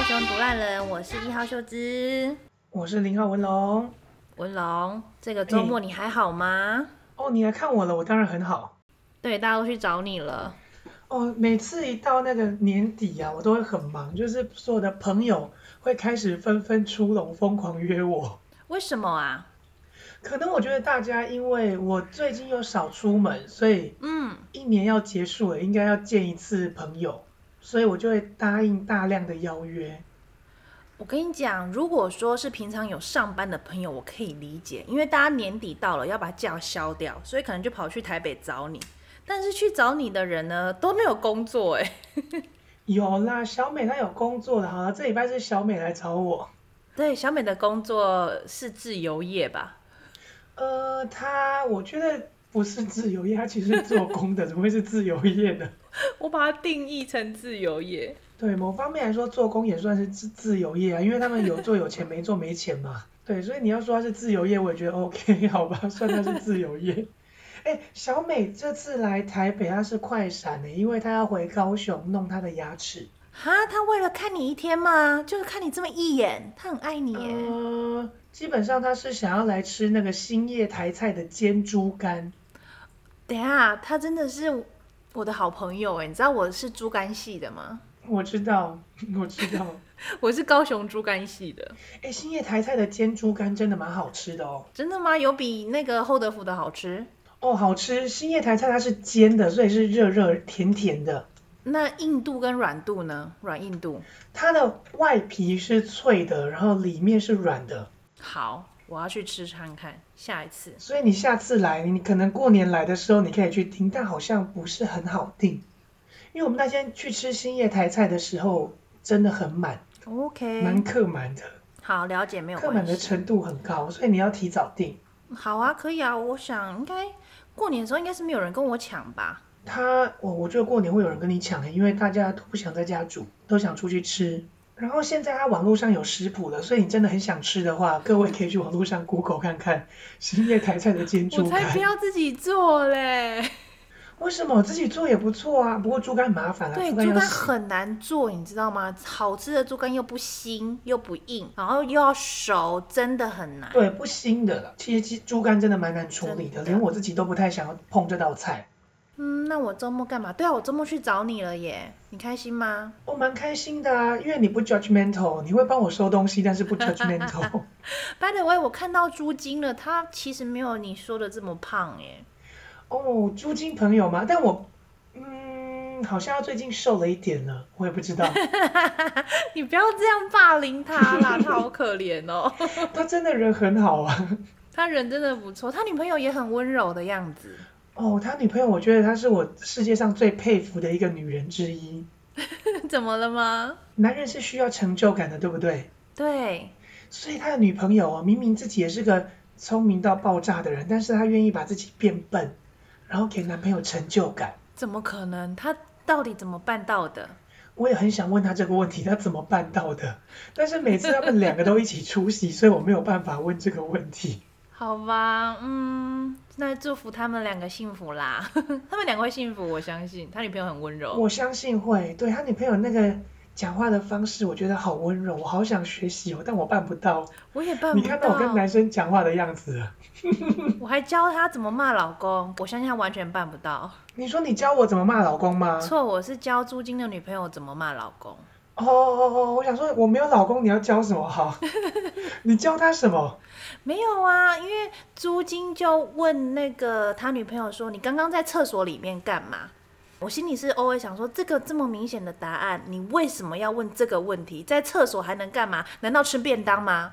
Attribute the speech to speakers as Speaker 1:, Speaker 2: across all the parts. Speaker 1: 人，我是一号秀芝
Speaker 2: 我是零号文龙。
Speaker 1: 文龙。这个周末你还好吗？
Speaker 2: 哦，你来看我了，我当然很好。
Speaker 1: 对，大家都去找你了。
Speaker 2: 哦，每次一到那个年底啊，我都会很忙，就是所有的朋友会开始纷纷出笼，疯狂约我。
Speaker 1: 为什么啊？
Speaker 2: 可能我觉得大家因为我最近又少出门，所以
Speaker 1: 嗯，
Speaker 2: 一年要结束了，应该要见一次朋友，所以我就会答应大量的邀约。
Speaker 1: 我跟你讲，如果说是平常有上班的朋友，我可以理解，因为大家年底到了要把假消掉，所以可能就跑去台北找你。但是去找你的人呢，都没有工作哎、
Speaker 2: 有啦，小美她有工作的，好了，这礼拜是小美来找我。
Speaker 1: 对，小美的工作是自由业吧？
Speaker 2: 呃，她我觉得不是自由业，她其实是做工的，怎么会是自由业呢？
Speaker 1: 我把它定义成自由业。
Speaker 2: 对，某方面来说，做工也算是自自由业啊，因为他们有做有钱，没做没钱嘛。对，所以你要说它是自由业，我也觉得 OK，好 吧，算它是自由业。哎，小美这次来台北，她是快闪欸的，因为她要回高雄弄她的牙齿。
Speaker 1: 哈，他为了看你一天吗？就是看你这么一眼，他很爱你耶。
Speaker 2: 呃，基本上她是想要来吃那个兴业台菜的煎猪肝。
Speaker 1: 等一下，他真的是我的好朋友哎，你知道我是猪肝系的吗？
Speaker 2: 我知道， 我知道。
Speaker 1: 我是高雄猪肝系的，
Speaker 2: 哎，兴业台菜的煎猪肝真的蛮好吃的哦。
Speaker 1: 真的吗？有比那个厚德福的好吃？
Speaker 2: 哦，好吃。兴业台菜它是煎的，所以是热热甜甜的。
Speaker 1: 那硬度跟软度呢？软硬度
Speaker 2: 它的外皮是脆的，然后里面是软的，
Speaker 1: 好，我要去吃看看，下一次。
Speaker 2: 所以你下次来，你可能过年来的时候你可以去订，但好像不是很好订，因为我们那天去吃兴业台菜的时候真的很满，蛮
Speaker 1: OK，
Speaker 2: 客满的，
Speaker 1: 好了解，嗯没有
Speaker 2: 客满
Speaker 1: 关
Speaker 2: 的
Speaker 1: 系。
Speaker 2: 程度很高，所以你要提早订。
Speaker 1: 好啊，可以啊，我想应该过年的时候应该是没有人跟我抢吧。
Speaker 2: 他，我我觉得过年会有人跟你抢，因为大家都不想在家煮，都想出去吃。然后现在它网络上有食谱了，所以你真的很想吃的话，各位可以去网络上 Google 看看兴业台菜的煎
Speaker 1: 我
Speaker 2: 猪
Speaker 1: 才
Speaker 2: 肝
Speaker 1: 不。要自己做嘞！
Speaker 2: 为什么我自己做也不错啊？不过猪肝很麻烦啊，
Speaker 1: 对，
Speaker 2: 猪肝
Speaker 1: 猪
Speaker 2: 要
Speaker 1: 肝
Speaker 2: 洗
Speaker 1: 很难做，你知道吗？好吃的猪肝又不腥又不硬，然后又要熟，真的很难。
Speaker 2: 对不腥的了。其实鸡猪肝真的蛮难处理
Speaker 1: 真的
Speaker 2: 的，连我自己都不太想要碰这道菜。
Speaker 1: 嗯，那我周末干嘛？对啊，我周末去找你了耶，你开心吗？
Speaker 2: 我蛮开心的啊，因为你不 judgmental，你会帮我收东西，但 是不 judgmental。
Speaker 1: By the way，我看到猪精了，它其实没有你说的这么胖耶。
Speaker 2: 哦，猪精朋友吗？但我，嗯，好像最近瘦了一点了，我也不 知道。
Speaker 1: 你不要这样霸凌他啦，他好可怜哦。
Speaker 2: 他真的人很好啊。
Speaker 1: 他人真的不错，他女朋友也很温柔的样子。
Speaker 2: 哦，他女朋友，我觉得她是我世界上最佩服的一个女人之一。
Speaker 1: 怎么了吗？
Speaker 2: 男人是需要成就感的，对不对？
Speaker 1: 对，
Speaker 2: 所以他的女朋友哦，明明自己也是个聪明到爆炸的人，但是他愿意把自己变笨，然后给男朋友成就感。
Speaker 1: 怎么可能？他到底怎么办到的？
Speaker 2: 我也很想问他这个问题，他怎么办到的？但是每次他们两个都一起出席，所以我没有办法问这个问题。
Speaker 1: 好吧，嗯，那祝福他们两个幸福啦。 他们两个会幸福，我相信。他女朋友很温柔，
Speaker 2: 我相信会，对他女朋友那个讲话的方式，我觉得好温柔，我好想学习哦，但我办不到。
Speaker 1: 我也办
Speaker 2: 你
Speaker 1: 不
Speaker 2: 看到我跟男生讲话的样子了，
Speaker 1: 我还教他怎么骂老公，我相信他完全办不到。
Speaker 2: 你说你教我怎么骂老公吗？
Speaker 1: 错，我是教朱晶的女朋友怎么骂老公。
Speaker 2: 哦哦哦，我想说我没有老公，你要教什么好？ 你教他什么？
Speaker 1: 没有啊，因为朱晶就问那个他女朋友说：“你刚刚在厕所里面干嘛？”我心里是 O A 想说，这个这么明显的答案，你为什么要问这个问题？在厕所还能干嘛？难道吃便当吗？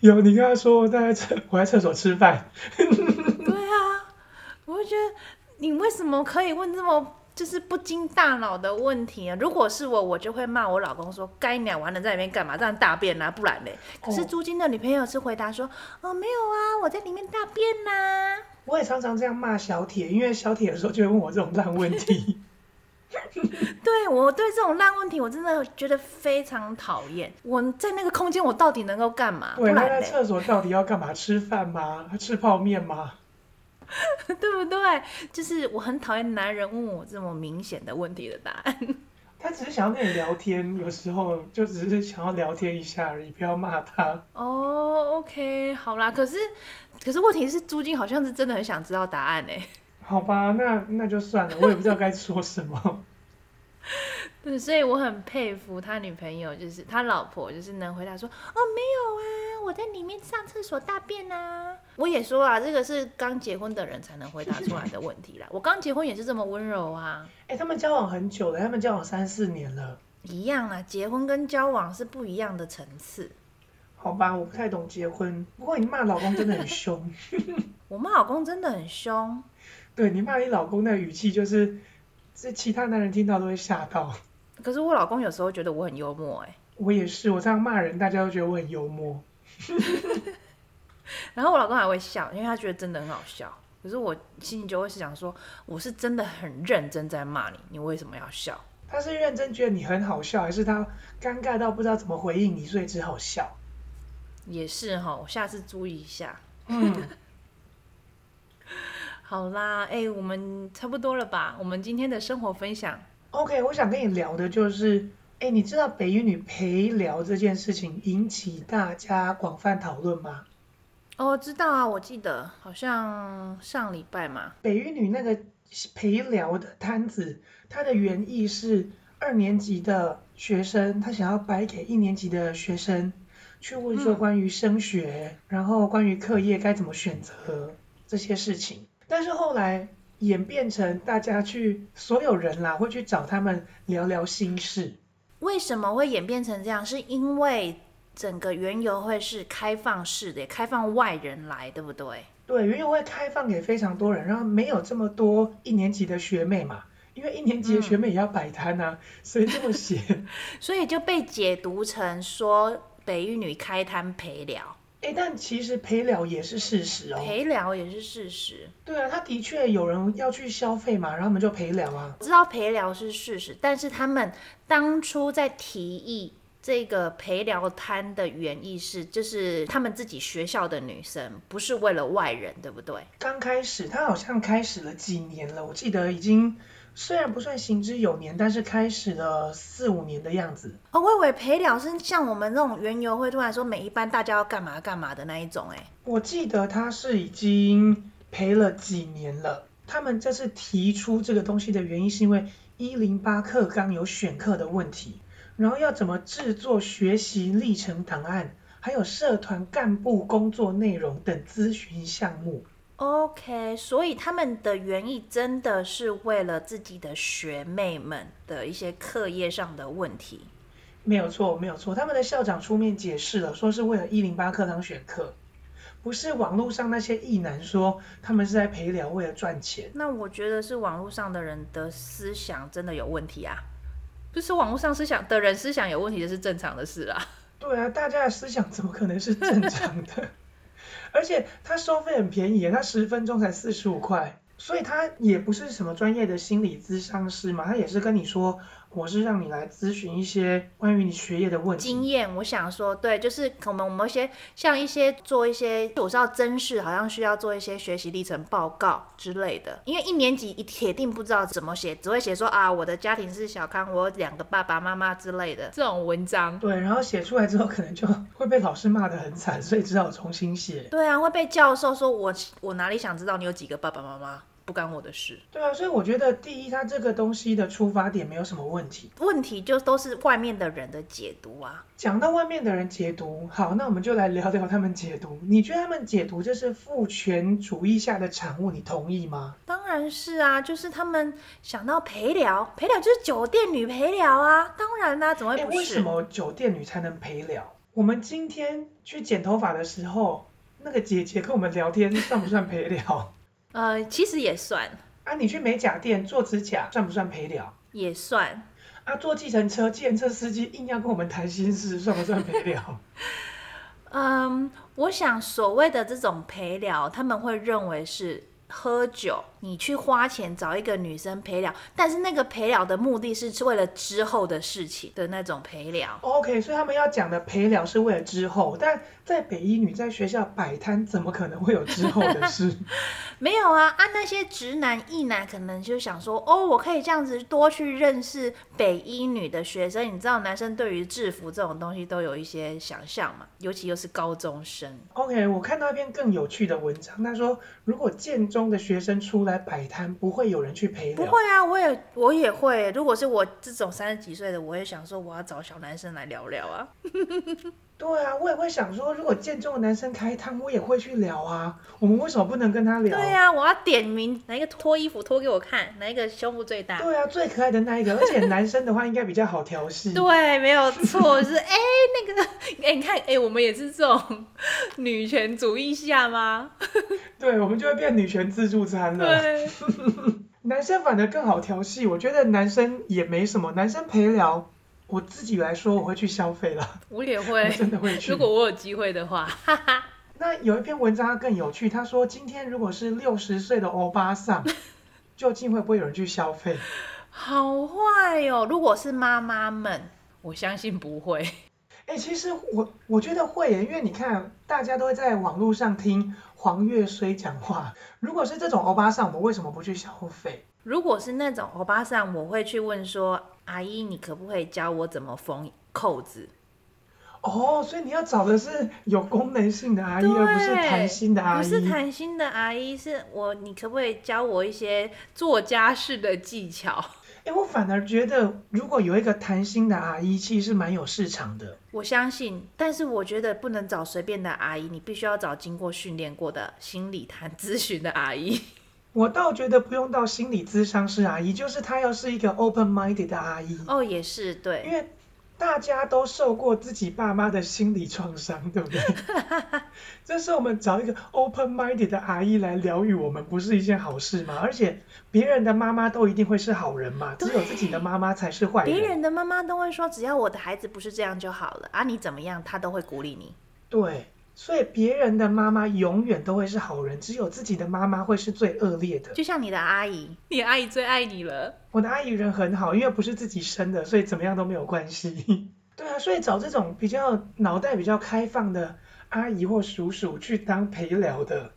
Speaker 2: 有，你跟他说我在厕我在厕所吃饭，
Speaker 1: 对啊，我就觉得你为什么可以问这么就是不经大脑的问题啊？如果是我，我就会骂我老公说：“该鸟，我还能在里面干嘛？让你大便啊，不然嘞。”可是
Speaker 2: 哦
Speaker 1: 朱晶的女朋友是回答说：“哦，没有啊，我在里面大便啊呐、
Speaker 2: 我也常常这样骂小铁，因为小铁有时候就会问我这种烂问 题。
Speaker 1: 对我对这种烂问题，我真的觉得非常讨厌。我在那个空间，我到底能够干嘛？不
Speaker 2: 对，他在
Speaker 1: 然嘞，
Speaker 2: 厕所到底要干嘛？吃饭吗？吃泡面吗？
Speaker 1: 对不对？就是我很讨厌男人问我这么明显的问题的答案。
Speaker 2: 他只是想要跟你聊天，有时候就只是想要聊天一下而已，不要骂他。
Speaker 1: 哦、o k 好啦。可是，可是问题是，租金好像是真的很想知道答案 哎。
Speaker 2: 好吧，那那就算了，我也不知道该说什么。
Speaker 1: 对，所以我很佩服他女朋友，就是他老婆，就是能回答说：“哦，没有啊，我在里面上厕所大便啊。”我也说啊，这个是刚结婚的人才能回答出来的问题啦。我 刚结婚也是这么温柔啊，
Speaker 2: 哎、他们交往很久了，他们交往三四年了。
Speaker 1: 一样啦，结婚跟交往是不一样的层次。
Speaker 2: 好吧，我不太懂结婚，不过你骂老公真的很凶。
Speaker 1: 我妈老公真的很凶，
Speaker 2: 对你骂你老公那个语气，就是这其他男人听到都会吓到。
Speaker 1: 可是我老公有时候觉得我很幽默哎、
Speaker 2: 我也是，我这样骂人，大家都觉得我很幽默。
Speaker 1: 然后我老公还会笑，因为他觉得真的很好笑。可是我心里就会是想说，我是真的很认真在骂你，你为什么要笑？
Speaker 2: 他是认真觉得你很好笑，还是他尴尬到不知道怎么回应你，所以只好笑？
Speaker 1: 也是哈，我下次注意一下。
Speaker 2: 嗯，
Speaker 1: 好啦，哎、我们差不多了吧？我们今天的生活分享，
Speaker 2: OK，我想跟你聊的就是，哎，你知道北一女陪聊这件事情引起大家广泛讨论吗？
Speaker 1: 哦，知道啊，我记得好像上礼拜嘛，
Speaker 2: 北一女那个陪聊的摊子，它的原意是二年级的学生，他想要摆给一年级的学生去问说
Speaker 1: 嗯
Speaker 2: 关于升学，然后关于课业该怎么选择这些事情。但是后来演变成大家去所有人啦，会去找他们聊聊心事。
Speaker 1: 为什么会演变成这样？是因为整个园游会是开放式的，开放外人来，对不对？
Speaker 2: 对，园游会开放给非常多人，然后没有这么多一年级的学妹嘛，因为一年级的学妹也要摆摊啊，所以这么写。
Speaker 1: 所以就被解读成说北一女开摊陪聊，
Speaker 2: 哎，但其实陪聊也是事实哦。
Speaker 1: 陪聊也是事实。
Speaker 2: 对啊，他的确有人要去消费嘛，然后我们就陪聊啊。
Speaker 1: 我知道陪聊是事实，但是他们当初在提议这个陪聊摊的原意是，就是他们自己学校的女生，不是为了外人，对不对？
Speaker 2: 刚开始他好像开始了几年了，我记得已经虽然不算行之有年，但是开始了四五年的样子。
Speaker 1: 哦，我以为陪聊是像我们这种园游会突然说每一班大家要干嘛干嘛的那一种、哎，
Speaker 2: 我记得他是已经陪了几年了。他们这次提出这个东西的原因，是因为一零八课纲有选课的问题，然后要怎么制作学习历程档案，还有社团干部工作内容等咨询项目。
Speaker 1: OK，所以他们的原意真的是为了自己的学妹们的一些课业上的问题。
Speaker 2: 没有错，没有错。他们的校长出面解释了，说是为了一零八课纲选课，不是网络上那些意男说他们是在陪聊，为了赚钱。
Speaker 1: 那我觉得是网络上的人的思想真的有问题啊，不是网络上思想的人思想有问题，这是正常的事啊。
Speaker 2: 对啊，大家的思想怎么可能是正常的？ 而且他收费很便宜，他十分钟才四十五块，所以他也不是什么专业的心理咨商师嘛，他也是跟你说，我是让你来咨询一些关于你学业的问
Speaker 1: 经
Speaker 2: 题。
Speaker 1: 验，我想说，对，就是可能我们一些像一些做一些，我知道真是好像需要做一些学习历程报告之类的，因为一年级一铁定不知道怎么写，只会写说啊，我的家庭是小康，我有两个爸爸妈妈之类的这种文章。
Speaker 2: 对，然后写出来之后，可能就会被老师骂得很惨，所以只好重新写。
Speaker 1: 对啊，会被教授说我我哪里想知道你有几个爸爸妈妈，不干我的事。
Speaker 2: 对啊，所以我觉得第一，他这个东西的出发点没有什么问题。
Speaker 1: 问题就都是外面的人的解读啊。
Speaker 2: 讲到外面的人解读，好，那我们就来聊聊他们解读。你觉得他们解读这是父权主义下的产物，你同意吗？
Speaker 1: 当然是啊，就是他们想到陪聊，陪聊就是酒店女陪聊啊，当然啦、怎么
Speaker 2: 哎、
Speaker 1: 会不
Speaker 2: 为
Speaker 1: 是
Speaker 2: 什？么酒店女才能陪聊？我们今天去剪头发的时候，那个姐姐跟我们聊天，算不算陪聊？
Speaker 1: 呃，其实也算，
Speaker 2: 啊，你去美甲店做指甲，算不算陪聊？
Speaker 1: 也算。
Speaker 2: 啊，坐计程车，计程车司机硬要跟我们谈心事，算不算陪 聊？
Speaker 1: 嗯，我想所谓的这种陪聊，他们会认为是喝酒，你去花钱找一个女生陪聊，但是那个陪聊的目的是为了之后的事情的那种陪聊。
Speaker 2: 哦 OK，所以他们要讲的陪聊是为了之后，但在北一女在学校摆摊，怎么可能会有之后的事？
Speaker 1: 没有啊，啊那些直男异男可能就想说，哦，我可以这样子多去认识北一女的学生。你知道男生对于制服这种东西都有一些想象嘛，尤其又是高中生。
Speaker 2: OK，我看到一篇更有趣的文章，他说如果建中的学生出来摆摊，不会有人去陪
Speaker 1: 不
Speaker 2: 聊。
Speaker 1: 会啊，我也我也会。如果是我这种三十几岁的，我也想说我要找小男生来聊聊啊。
Speaker 2: 对啊，我也会想说，如果建中的男生开摊，我也会去聊啊。我们为什么不能跟他聊？
Speaker 1: 对呀、啊，我要点名哪一个脱衣服脱给我看，哪一个胸部最大。
Speaker 2: 对啊，最可爱的那 一个，而且男生的话应该比较好调戏。
Speaker 1: 对，没有错，就是 哎、那个哎、你看哎、我们也是这种女权主义下吗？
Speaker 2: 对，我们就会变女权自助餐了。
Speaker 1: 对，
Speaker 2: 男生反而更好调戏，我觉得男生也没什么，男生陪聊，我自己来说我会去消费了，
Speaker 1: 我也
Speaker 2: 我
Speaker 1: 会。
Speaker 2: 真的会去。
Speaker 1: 如果我有机会的话，
Speaker 2: 那有一篇文章它更有趣，他说今天如果是六十岁的欧 巴桑，究竟会不会有人去消费？
Speaker 1: 好坏哦。如果是妈妈们，我相信不会。
Speaker 2: 哎、其实我我觉得会耶，因为你看大家都会在网络上听黄月虽讲话，如果是这种欧巴桑，我们为什么不去消费？
Speaker 1: 如果是那种欧巴桑，我会去问说：“阿姨，你可不可以教我怎么缝扣子
Speaker 2: 哦，所以你要找的是有功能性的阿姨，
Speaker 1: 对
Speaker 2: 而不是谈心？”的阿
Speaker 1: 不
Speaker 2: 姨。
Speaker 1: 是谈心的阿姨，是我，你可不可以教我一些做家事的技巧？
Speaker 2: 哎、我反而觉得，如果有一个谈心的阿姨，其实是蛮有市场的。
Speaker 1: 我相信，但是我觉得不能找随便的阿姨，你必须要找经过训练过的心理谈咨询的阿 姨。
Speaker 2: 我倒觉得不用到心理咨商师阿姨，就是她要是一个 open minded 的阿姨，
Speaker 1: 哦，也是
Speaker 2: 因
Speaker 1: 对，
Speaker 2: 为大家都受过自己爸妈的心理创伤，对不对？这是我们找一个 open minded 的阿姨来疗愈我们，不是一件好事吗？而且别人的妈妈都一定会是好人嘛，只有自己的妈妈才是坏
Speaker 1: 别
Speaker 2: 人。
Speaker 1: 人的妈妈都会说，只要我的孩子不是这样就好了啊，你怎么样，她都会鼓励你。
Speaker 2: 对，所以别人的妈妈永远都会是好人，只有自己的妈妈会是最恶劣的。
Speaker 1: 就像你的阿姨，你的阿姨最爱你了。
Speaker 2: 我的阿姨人很好，因为不是自己生的，所以怎么样都没有关系。对啊，所以找这种比较脑袋比较开放的阿姨或叔叔去当陪聊的，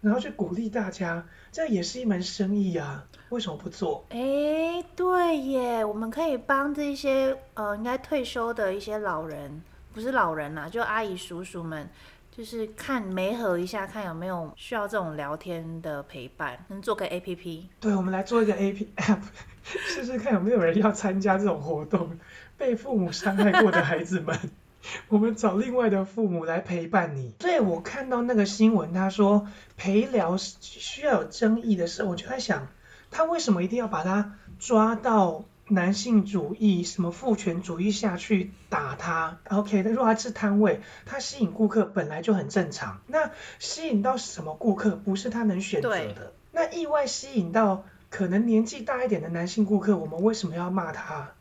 Speaker 2: 然后去鼓励大家，这也是一门生意啊，为什么不做？
Speaker 1: 哎，对耶，我们可以帮这些呃，应该退休的一些老人，不是老人啦、啊就阿姨叔叔们，就是看媒合一下，看有没有需要这种聊天的陪伴，能做个 A P P。
Speaker 2: 对，我们来做一个 A P App，试 试看有没有人要参加这种活动。 被父母伤害过的孩子们，我们找另外的父母来陪伴你。所以我看到那个新闻，他说陪聊是需要有争议的事，我就在想，他为什么一定要把他抓到男性主义、什么父权主义下去打他？OK，那如果他是摊位，他吸引顾客本来就很正常，那吸引到什么顾客不是他能选择
Speaker 1: 对
Speaker 2: 的？那意外吸引到可能年纪大一点的男性顾客，我们为什么要骂他？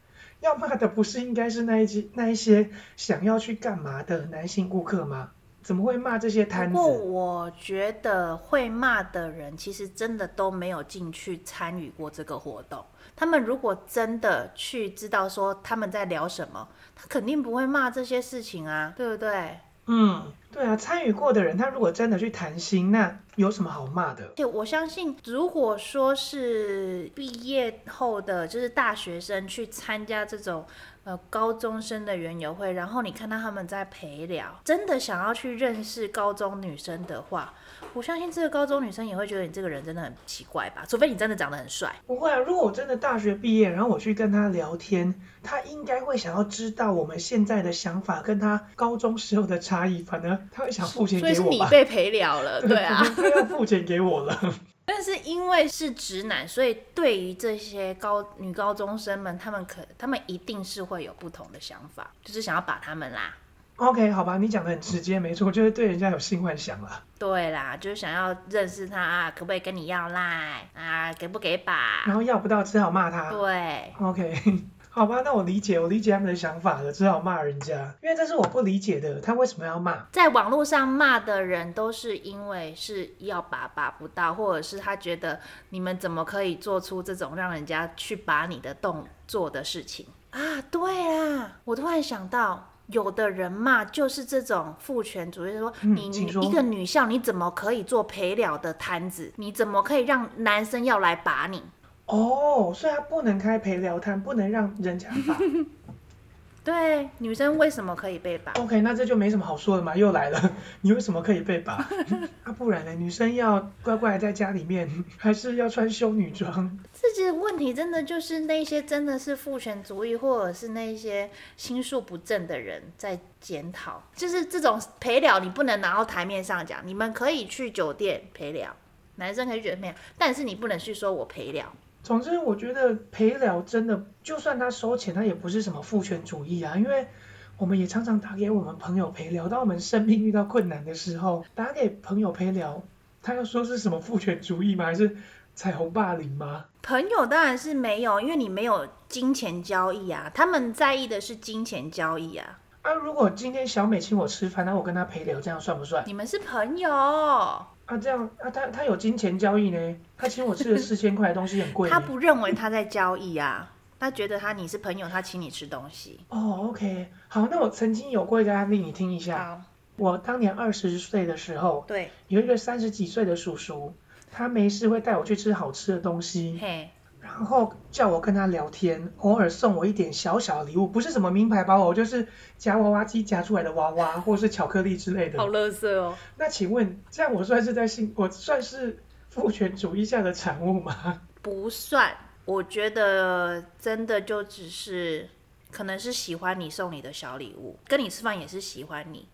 Speaker 2: 要骂的不是应该是那一些那一些想要去干嘛的男性顾客吗？怎么会骂这些摊
Speaker 1: 不
Speaker 2: 子？
Speaker 1: 过我觉得会骂的人，其实真的都没有进去参与过这个活动。他们如果真的去知道说他们在聊什么，他肯定不会骂这些事情啊，对不对？
Speaker 2: 嗯，对啊，参与过的人，他如果真的去谈心，那有什么好骂的
Speaker 1: 而？且我相信，如果说是毕业后的，就是大学生去参加这种呃高中生的园游会，然后你看到他们在陪聊，真的想要去认识高中女生的话，我相信这个高中女生也会觉得你这个人真的很奇怪吧，除非你真的长得很帅。
Speaker 2: 不会啊，如果我真的大学毕业，然后我去跟他聊天，他应该会想要知道我们现在的想法跟他高中时候的差异，反而他会想啊付钱
Speaker 1: 所以
Speaker 2: 给
Speaker 1: 是
Speaker 2: 我
Speaker 1: 你
Speaker 2: 吧？
Speaker 1: 被陪聊了， 对啊。
Speaker 2: 他要付钱给我了。
Speaker 1: 但是因为是直男，所以对于这些高女高中生们，他们可他们一定是会有不同的想法，就是想要把他们啦。
Speaker 2: OK，好吧，你讲的很直接，没错，就是对人家有性幻想啦。
Speaker 1: 对啦，就是想要认识他啊，可不可以跟你要赖啊，给不给吧？
Speaker 2: 然后要不到，只好骂他。
Speaker 1: 对，
Speaker 2: OK， 好吧，那我理解，我理解他们的想法了，只好骂人家，因为这是我不理解的，他为什么要骂？
Speaker 1: 在网络上骂的人都是因为是要把把不到，或者是他觉得你们怎么可以做出这种让人家去把你的动作的事情啊？对啦，我突然想到。有的人骂就是这种父权主义，就是说
Speaker 2: 嗯
Speaker 1: 你
Speaker 2: 请
Speaker 1: 你
Speaker 2: 说
Speaker 1: 一个女校，你怎么可以做陪聊的摊子？你怎么可以让男生要来把你？
Speaker 2: 哦，所以他不能开陪聊摊，不能让人家把。
Speaker 1: 对，女生为什么可以被把？
Speaker 2: OK，那这就没什么好说的嘛，又来了，你为什么可以被把？啊，不然呢？女生要乖乖在家里面，还是要穿修女装？
Speaker 1: 这些问题真的就是那些真的是父权主义，或者是那些心术不正的人在检讨。就是这种陪聊，你不能拿到台面上讲。你们可以去酒店陪聊，男生可以去酒店陪聊，但是你不能去说我陪聊。
Speaker 2: 总之，我觉得陪聊真的，就算他收钱，他也不是什么父权主义啊，因为我们也常常打给我们朋友陪聊，当我们生命遇到困难的时候，打给朋友陪聊，他要说是什么父权主义吗？还是彩虹霸凌吗？
Speaker 1: 朋友当然是没有，因为你没有金钱交易啊，他们在意的是金钱交易啊。
Speaker 2: 啊，如果今天小美请我吃饭，那我跟她陪聊，这样算不算？
Speaker 1: 你们是朋友，
Speaker 2: 啊，这样啊，她她有金钱交易呢，她请我吃了四千块的东西很贵呢。
Speaker 1: 他不认为他在交易啊，他觉得他你是朋友，他请你吃东西。
Speaker 2: 哦，OK，好，那我曾经有过一个案例，你听一下。
Speaker 1: 好，
Speaker 2: 我当年二十岁的时候，
Speaker 1: 对，
Speaker 2: 有一个三十几岁的叔叔，他没事会带我去吃好吃的东西，
Speaker 1: 嘿，
Speaker 2: 然后叫我跟他聊天，偶尔送我一点小小的礼物，不是什么名牌包哦，就是夹娃娃机夹出来的娃娃，或是巧克力之类的。
Speaker 1: 乐色哦。
Speaker 2: 那请问，这样我算是在性，我算是父权主义下的产物吗？
Speaker 1: 不算，我觉得真的就只是可能是喜欢你送你的小礼物，跟你吃饭也是喜欢你，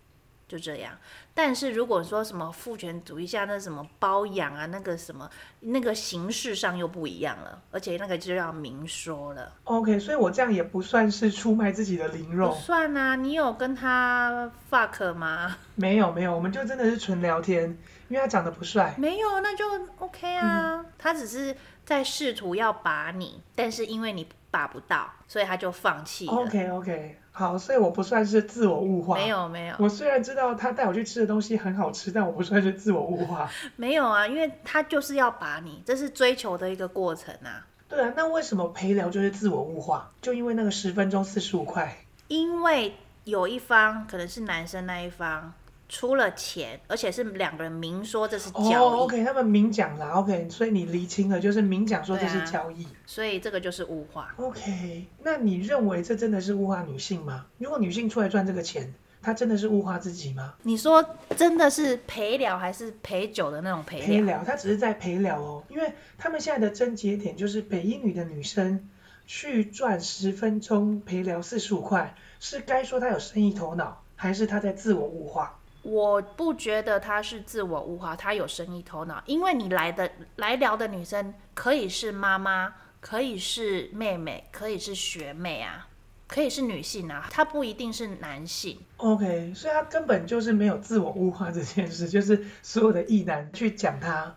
Speaker 1: 就这样。但是如果说什么父权主义下那什么包养啊，那个什么那个形式上又不一样了，而且那个就要明说了，
Speaker 2: OK，所以我这样也不算是出卖自己的灵
Speaker 1: 不
Speaker 2: 肉，
Speaker 1: 算啊。你有跟他 fuck 吗？
Speaker 2: 没有没有，我们就真的是纯聊天，因为他长得不帅，
Speaker 1: 没有，那就 OK 啊。他只是在试图要把你，但是因为你把不到，所以他就放弃了。
Speaker 2: OK OK，好，所以我不算是自我物化。
Speaker 1: 没有没有
Speaker 2: 我虽然知道他带我去吃的东西很好吃，但我不算是自我物化。
Speaker 1: 没有啊，因为他就是要把你，这是追求的一个过程啊。
Speaker 2: 对啊，那为什么陪聊就是自我物化？就因为那个十分钟四十五块。
Speaker 1: 因为有一方可能是男生那一方出了钱，而且是两个人明说这是 交易，
Speaker 2: 哦，OK，他们明讲啦，OK，所以你厘清了，就是明讲说这
Speaker 1: 对
Speaker 2: 是
Speaker 1: 啊
Speaker 2: 交易。
Speaker 1: 所以这个就是物化。
Speaker 2: OK，那你认为这真的是物化女性吗？如果女性出来赚这个钱，她真的是物化自己吗？
Speaker 1: 你说真的是陪聊还是陪酒的那种陪
Speaker 2: 陪
Speaker 1: 聊？
Speaker 2: 聊，她只是在陪聊哦，因为他们现在的症结点就是北一女的女生去赚十分钟陪聊四十五块，是该说她有生意头脑，还是她在自我物化？
Speaker 1: 我不觉得他是自我物化，他有生意头脑，因为你来的来聊的女生可以是妈妈，可以是妹妹，可以是学妹啊，可以是女性啊，她不一定是男性。
Speaker 2: OK，所以他根本就是没有自我物化这件事，就是所有的异男去讲他，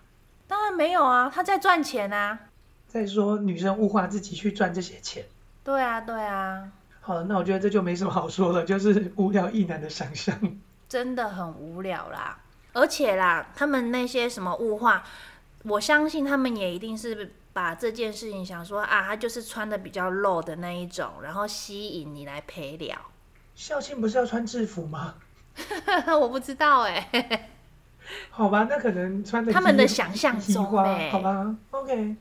Speaker 1: 当然没有啊，他在赚钱啊。
Speaker 2: 在说女生物化自己去赚这些钱。
Speaker 1: 对啊，对啊，
Speaker 2: 好了，那我觉得这就没什么好说了，就是无聊异男的想 象。
Speaker 1: 真的很无聊啦。而且啦，他们那些什么物化，我相信他们也一定是把这件事情想说啊，他就是穿的比较露的那一种，然后吸引你来陪聊。
Speaker 2: 校庆不是要穿制服吗？
Speaker 1: 我不知道哎、
Speaker 2: 好吧，那可能穿 的
Speaker 1: 他们的
Speaker 2: 衣
Speaker 1: 想象
Speaker 2: 提
Speaker 1: 中
Speaker 2: 花
Speaker 1: 哎、，
Speaker 2: 啊好吧，OK，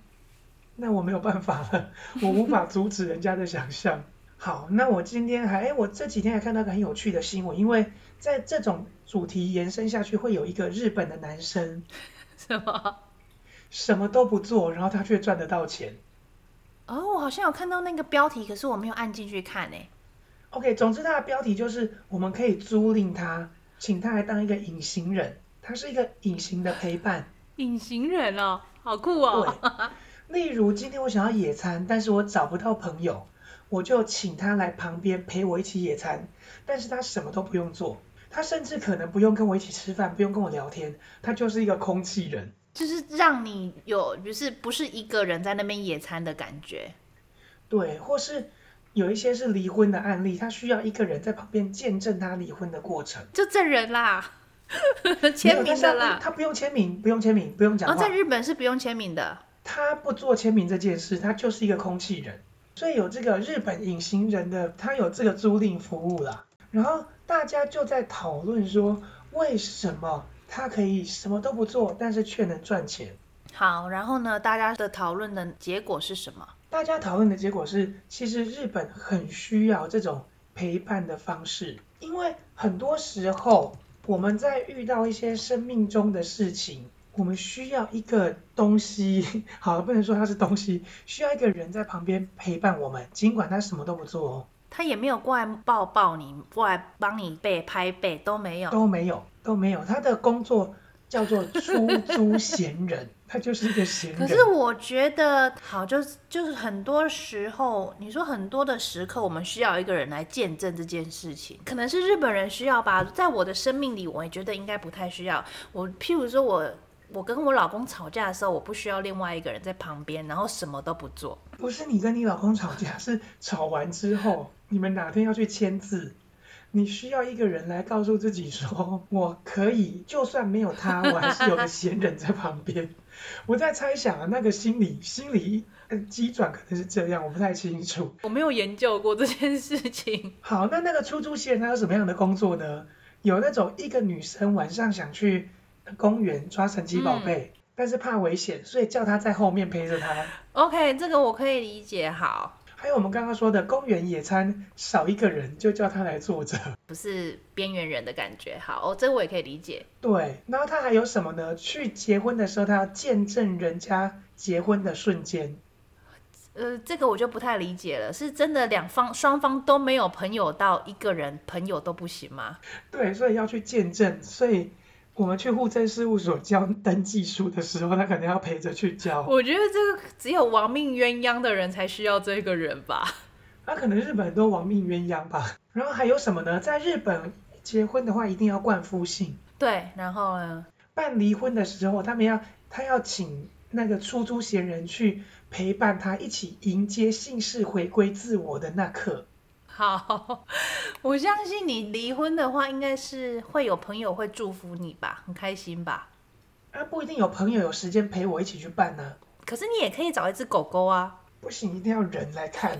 Speaker 2: 那我没有办法了，我无法阻止人家的想象。 好，那我今天还，哎，我这几天还看到一个很有趣的新闻，因为在这种主题延伸下去，会有一个日本的男生
Speaker 1: 欸什么？
Speaker 2: 什么都不做，然后他却赚得到钱。
Speaker 1: 哦，我好像有看到那个标题，可是我没有按进去看哎、
Speaker 2: OK，总之他的标题就是我们可以租赁他，请他来当一个隐形人，他是一个隐形的陪伴。
Speaker 1: 隐形人哦，好酷
Speaker 2: 对， 例如今天我想要野餐，但是我找不到朋友，我就请他来旁边陪我一起野餐，但是他什么都不用做，他甚至可能不用跟我一起吃饭，不用跟我聊天，他就是一个空气人。
Speaker 1: 就是让你有，就是不是一个人在那边野餐的感觉。
Speaker 2: 对，或是有一些是离婚的案例，他需要一个人在旁边见证他离婚的过程。
Speaker 1: 就证人啦， 签
Speaker 2: 没有
Speaker 1: 名的
Speaker 2: 但是他
Speaker 1: 啦。
Speaker 2: 他不用签名，不用签名，不用讲
Speaker 1: 哦，
Speaker 2: 话。
Speaker 1: 在日本是不用签名的。
Speaker 2: 他不做签名这件事，他就是一个空气人。所以有这个日本隐形人的，他有这个租赁服务啦。然后大家就在讨论说，为什么他可以什么都不做，但是却能赚钱？
Speaker 1: 好，然后呢，大家的讨论的结果是什么？
Speaker 2: 大家讨论的结果是，其实日本很需要这种陪伴的方式，因为很多时候我们在遇到一些生命中的事情，我们需要一个东西， 好，不能说它是东西，需要一个人在旁边陪伴我们，尽管他什么都不做哦，
Speaker 1: 他也没有过来抱抱你，过来帮你背拍背都没有。
Speaker 2: 哦都没有，都没有，他的工作叫做出租闲人， 他就是一个闲
Speaker 1: 可
Speaker 2: 人。
Speaker 1: 是我觉得，好，就是就是很多时候，你说很多的时刻，我们需要一个人来见证这件事情，可能是日本人需要吧。在我的生命里，我也觉得应该不太需要。我譬如说我。我跟我老公吵架的时候，我不需要另外一个人在旁边，然后什么都不做。
Speaker 2: 不是你跟你老公吵架， 是吵完之后，你们哪天要去签字，你需要一个人来告诉自己说， 我可以，就算没有他，我还是有个闲人在旁边。 我在猜想啊，那个心理心理呃机转可能是这样，我不太清楚。
Speaker 1: 我没有研究过这件事情。
Speaker 2: 好，那那个出租闲人他有什么样的工作呢？有那种一个女生晚上想去公园抓神奇宝贝，但是怕危险，所以叫他在后面陪着她。
Speaker 1: OK，这个我可以理解。好，
Speaker 2: 还有我们刚刚说的公园野餐，少一个人就叫他来坐着。
Speaker 1: 不是边缘人的感觉。好，哦，这个我也可以理解。
Speaker 2: 对，然后他还有什么呢？去结婚的时候，他要见证人家结婚的瞬间。
Speaker 1: 呃，这个我就不太理解了，是真的两方双方都没有朋友到一个人朋友都不行吗？
Speaker 2: 对，所以要去见证。所以我们去户政事务所交登记书的时候，他可能要陪着去交。
Speaker 1: 我觉得这个只有亡命鸳鸯的人才需要这个人吧。
Speaker 2: 那可能日本很多亡命鸳鸯吧。然后还有什么呢？在日本结婚的话，一定要冠夫姓。
Speaker 1: 对，然后呢？
Speaker 2: 办离婚的时候，他们要他要请那个出租闲人去陪伴他，一起迎接姓氏回归自我的那刻。
Speaker 1: 好， 我相信你离婚的话，应该是会有朋友会祝福你吧，很开心吧。
Speaker 2: 啊，不一定有朋友有时间陪我一起去办呢、
Speaker 1: 可是你也可以找一只狗狗啊，
Speaker 2: 不行，一定要人来看。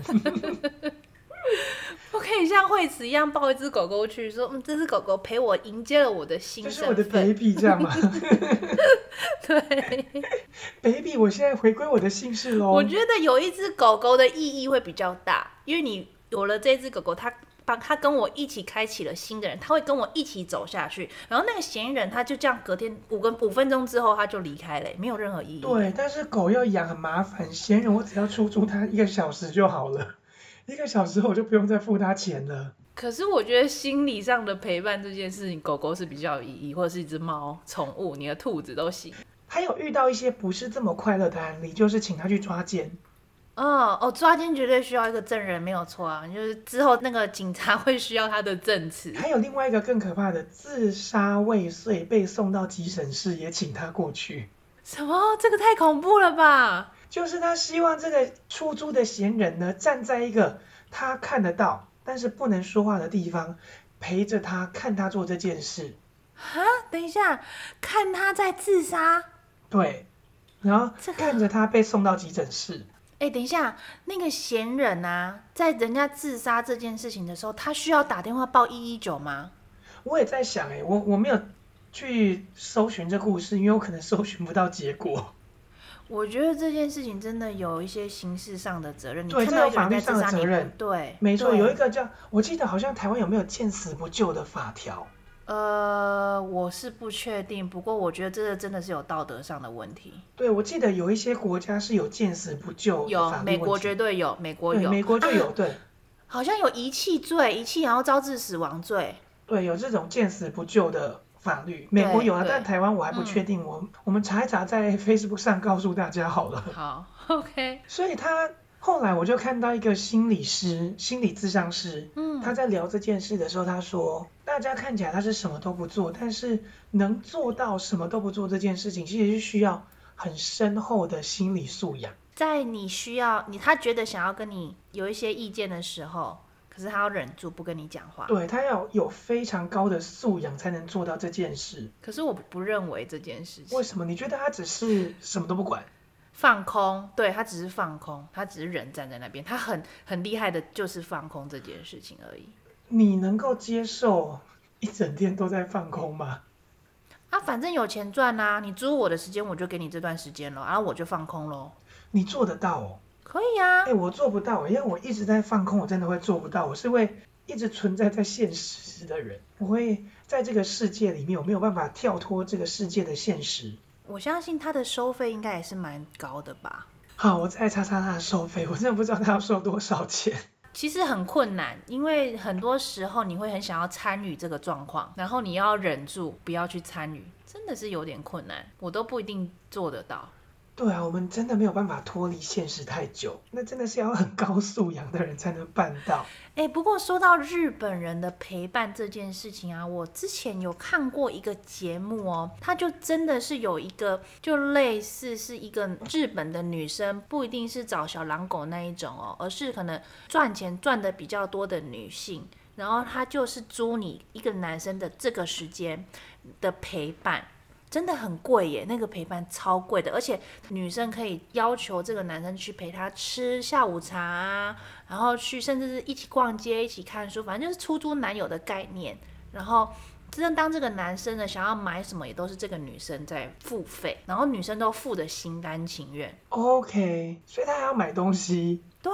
Speaker 1: 不可以像惠子一样抱一只狗狗去，说嗯，这只狗狗陪我迎接了我的新
Speaker 2: 这是
Speaker 1: 身
Speaker 2: 我的
Speaker 1: 份。
Speaker 2: baby 这样吗
Speaker 1: 对，
Speaker 2: ？baby，我现在回归我的姓氏喽
Speaker 1: 我。觉得有一只狗狗的意义会比较大，因为你有了这只狗狗，它帮它跟我一起开启了新的人，它会跟我一起走下去。然后那个嫌疑人他就这样隔天五个五分钟之后他就离开了，没有任何意义。
Speaker 2: 对，但是狗要养很麻烦，闲人我只要出租它一个小时就好了，一个小时我就不用再付它钱了。
Speaker 1: 可是我觉得心理上的陪伴这件事情，狗狗是比较有意义，或者是一只猫、宠物、你的兔子都行。
Speaker 2: 还有遇到一些不是这么快乐的案例，就是请他去抓奸。
Speaker 1: 哦哦，抓奸绝对需要一个证人，没有错啊。就是之后那个警察会需要他的证词。
Speaker 2: 还有另外一个更可怕的，自杀未遂被送到急诊室，也请他过去。
Speaker 1: 什么？这个太恐怖了吧！
Speaker 2: 就是他希望这个出租的闲人呢，站在一个他看得到但是不能说话的地方，陪着他看他做这件事。
Speaker 1: 啊，等一下，看他在自杀。
Speaker 2: 对，然后
Speaker 1: 这个
Speaker 2: 看着他被送到急诊室。
Speaker 1: 哎，等一下，那个闲人啊，在人家自杀这件事情的时候，他需要打电话报一一九吗？
Speaker 2: 我也在想、欸，哎，我我没有去搜寻这故事，因为我可能搜寻不到结果。
Speaker 1: 我觉得这件事情真的有一些刑事上的责任。你
Speaker 2: 对
Speaker 1: 看
Speaker 2: 这
Speaker 1: 到
Speaker 2: 有
Speaker 1: 一个人
Speaker 2: 法律
Speaker 1: 在自
Speaker 2: 上的
Speaker 1: 杀，
Speaker 2: 责
Speaker 1: 你
Speaker 2: 任
Speaker 1: 不对，
Speaker 2: 没错，
Speaker 1: 对
Speaker 2: 有一个叫我记得好像台湾有没有见死不救的法条？
Speaker 1: 呃，我是不确定，不过我觉得这个真的是有道德上的问题。
Speaker 2: 对，我记得有一些国家是有见死不救的
Speaker 1: 有
Speaker 2: 法律
Speaker 1: 美国
Speaker 2: 问题
Speaker 1: 绝对有，美国
Speaker 2: 对
Speaker 1: 有，
Speaker 2: 美国就有
Speaker 1: 啊
Speaker 2: 对
Speaker 1: 好像有遗弃罪，遗弃然后招致死亡 罪。
Speaker 2: 对有这种见死不救的法律，美国有啊，
Speaker 1: 对嗯
Speaker 2: 但台湾我还不确定，我我们查一查，在 Facebook 上告诉大家好了。
Speaker 1: 好，OK，
Speaker 2: 所以他后来我就看到一个心理师、心理咨商师，
Speaker 1: 嗯，
Speaker 2: 他在聊这件事的时候，他说，大家看起来他是什么都不做，但是能做到什么都不做这件事情，其实是需要很深厚的心理素养。
Speaker 1: 在你需要你他觉得想要跟你有一些意见的时候，可是他要忍住不跟你讲话。
Speaker 2: 对他要有非常高的素养才能做到这件事。
Speaker 1: 可是我不认为这件事情
Speaker 2: 为什么？你觉得他只是什么都不管？
Speaker 1: 放空，对他只是放空，他只是人站在那边，他很很厉害的，就是放空这件事情而已。
Speaker 2: 你能够接受一整天都在放空吗？
Speaker 1: 啊，反正有钱赚啦、你租我的时间，我就给你这段时间咯，然后啊我就放空咯。
Speaker 2: 你做得到哦？
Speaker 1: 可以啊
Speaker 2: 哎、，我做不到，因为我一直在放空，我真的会做不到。我是会一直存在在现实的人，我会在这个世界里面，我没有办法跳脱这个世界的现实。
Speaker 1: 我相信他的收费应该也是蛮高的吧。
Speaker 2: 好，我再查查他的收费，我真的不知道他要收多少钱。
Speaker 1: 其实很困难，因为很多时候你会很想要参与这个状况，然后你要忍住不要去参与，真的是有点困难，我都不一定做得到。
Speaker 2: 对啊，我们真的没有办法脱离现实太久，那真的是要很高素养的人才能办到。
Speaker 1: 哎，不过说到日本人的陪伴这件事情啊，我之前有看过一个节目哦，它就真的是有一个，就类似是一个日本的女生，不一定是找小狼狗那一种哦，而是可能赚钱赚的比较多的女性，然后她就是租你一个男生的这个时间的陪伴。真的很贵耶，那个陪伴超贵的，而且女生可以要求这个男生去陪她吃下午茶啊，然后去甚至是一起逛街、一起看书，反正就是出租男友的概念。然后，真正当这个男生呢想要买什么，也都是这个女生在付费，然后女生都付的心甘情愿。
Speaker 2: OK，所以他还要买东西
Speaker 1: 对，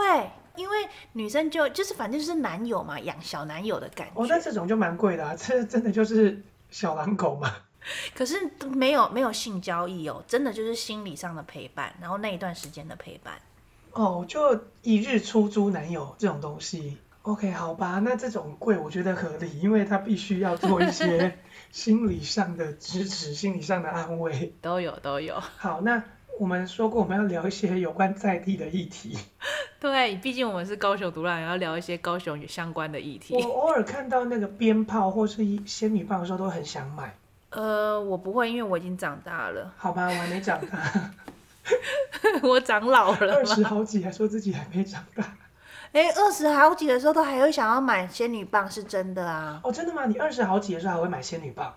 Speaker 1: 因为女生就就是反正就是男友嘛，养小男友的感觉。
Speaker 2: 哦，那这种就蛮贵的、啊，这真的就是小狼狗嘛。
Speaker 1: 可是没有没有性交易哦，真的就是心理上的陪伴，然后那一段时间的陪伴。
Speaker 2: 哦，就一日出租男友这种东西。OK，好吧，那这种贵我觉得合理，因为他必须要做一些心理上的支持、心理上的安慰。
Speaker 1: 都有都有，
Speaker 2: 好，那我们说过我们要聊一些有关在地的议题。
Speaker 1: 对，毕竟我们是高雄独然，要聊一些高雄相关的议题
Speaker 2: 我偶尔看到那个鞭炮或是一仙女棒的时候，都很想买。
Speaker 1: 呃，我不会，因为我已经长大了。
Speaker 2: 好吧，我还没长大，
Speaker 1: 我长老了
Speaker 2: 二
Speaker 1: 吗？
Speaker 2: 十好几还说自己还没长大。
Speaker 1: 哎，二十好几的时候都还会想要买仙女棒，是真的啊。
Speaker 2: 哦，真的吗？你二十好几的时候还会买仙女棒？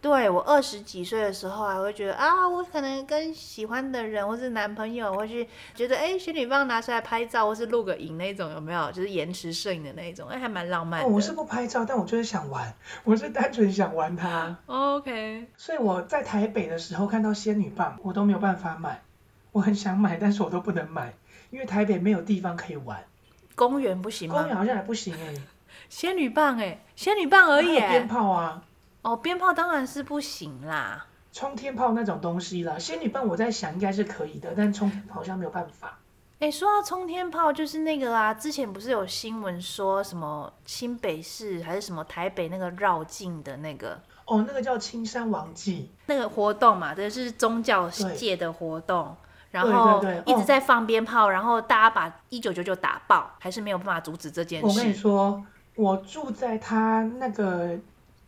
Speaker 1: 对我二十几岁的时候还会觉得啊，我可能跟喜欢的人或是男朋友，或是觉得哎仙女棒拿出来拍照，或是录个影那种，有没有？就是延迟摄影的那种，哎，还蛮浪漫
Speaker 2: 哦，
Speaker 1: 的。
Speaker 2: 我是不拍照，但我就是想玩， 我是单纯想玩它。
Speaker 1: OK，
Speaker 2: 所以我在台北的时候看到仙女棒，我都没有办法买。我很想买，但是我都不能买，因为台北没有地方可以玩。
Speaker 1: 公园不行
Speaker 2: 公
Speaker 1: 吗？
Speaker 2: 园好像还不行哎、
Speaker 1: 仙女棒哎、仙女棒而已、
Speaker 2: 还有鞭
Speaker 1: 哎
Speaker 2: 炮啊，
Speaker 1: 哦，鞭炮当然是不行啦。
Speaker 2: 冲天炮那种东西啦。仙女棒我在想应该是可以的，但冲天炮好像没有办法。
Speaker 1: 哎，说到冲天炮，就是那个啊，之前不是有新闻说什么新北市还是什么台北那个绕境的那个
Speaker 2: 哦，那个叫青山王记，
Speaker 1: 那个活动嘛，这是宗教
Speaker 2: 对
Speaker 1: 界的活动，然
Speaker 2: 对
Speaker 1: 后
Speaker 2: 对对
Speaker 1: 一直
Speaker 2: 哦
Speaker 1: 在放鞭炮，然后大家把一九九九打爆，还是没有办法阻止这件
Speaker 2: 我跟你
Speaker 1: 事。
Speaker 2: 说，我住在他那个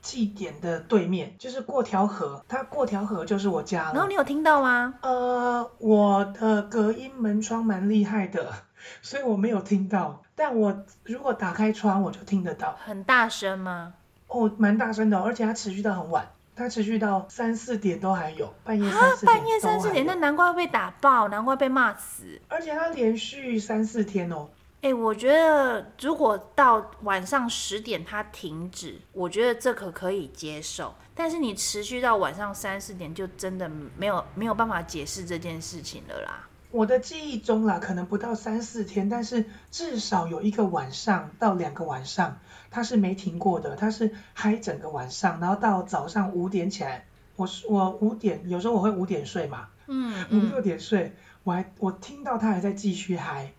Speaker 2: 祭典的对面，就是过条河，他过条河就是我家
Speaker 1: 然后
Speaker 2: 了。
Speaker 1: 你有听到吗？
Speaker 2: 呃，我的隔音门窗蛮厉害的，所以我没有听到。但我如果打开窗，我就听得到。
Speaker 1: 很大声吗？
Speaker 2: 哦，蛮大声的哦，而且它持续到很晚，它持续到三四点都还有，半夜
Speaker 1: 啊
Speaker 2: 三四，点
Speaker 1: 半夜
Speaker 2: 都
Speaker 1: 三四
Speaker 2: 还
Speaker 1: 点，
Speaker 2: 有
Speaker 1: 那难怪会被打爆，难怪被骂死。
Speaker 2: 而且它连续三四天哦。
Speaker 1: 哎，我觉得如果到晚上十点它停止，我觉得这可可以接受。但是你持续到晚上三四点，就真的没有没有办法解释这件事情了啦。
Speaker 2: 我的记忆中啦，可能不到三四天，但是至少有一个晚上到两个晚上，它是没停过的，它是嗨整个晚上，然后到早上五点起来，我是我五点，有时候我会五点睡嘛，
Speaker 1: 嗯
Speaker 2: 五
Speaker 1: 嗯。
Speaker 2: 六点睡，我还我听到他还在继续嗨。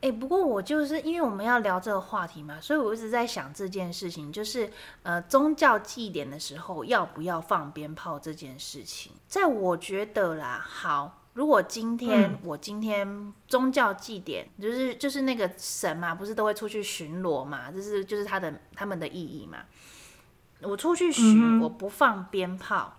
Speaker 1: 哎、不过我就是因为我们要聊这个话题嘛，所以我一直在想这件事情，就是呃，宗教祭典的时候要不要放鞭炮这件事情，在我觉得啦，好。如果今天、
Speaker 2: 嗯
Speaker 1: 我今天宗教祭典，就是就是那个神嘛，不是都会出去巡逻嘛，这是就是他的他们的意义嘛。我出去巡，
Speaker 2: 嗯哼
Speaker 1: 我不放鞭炮，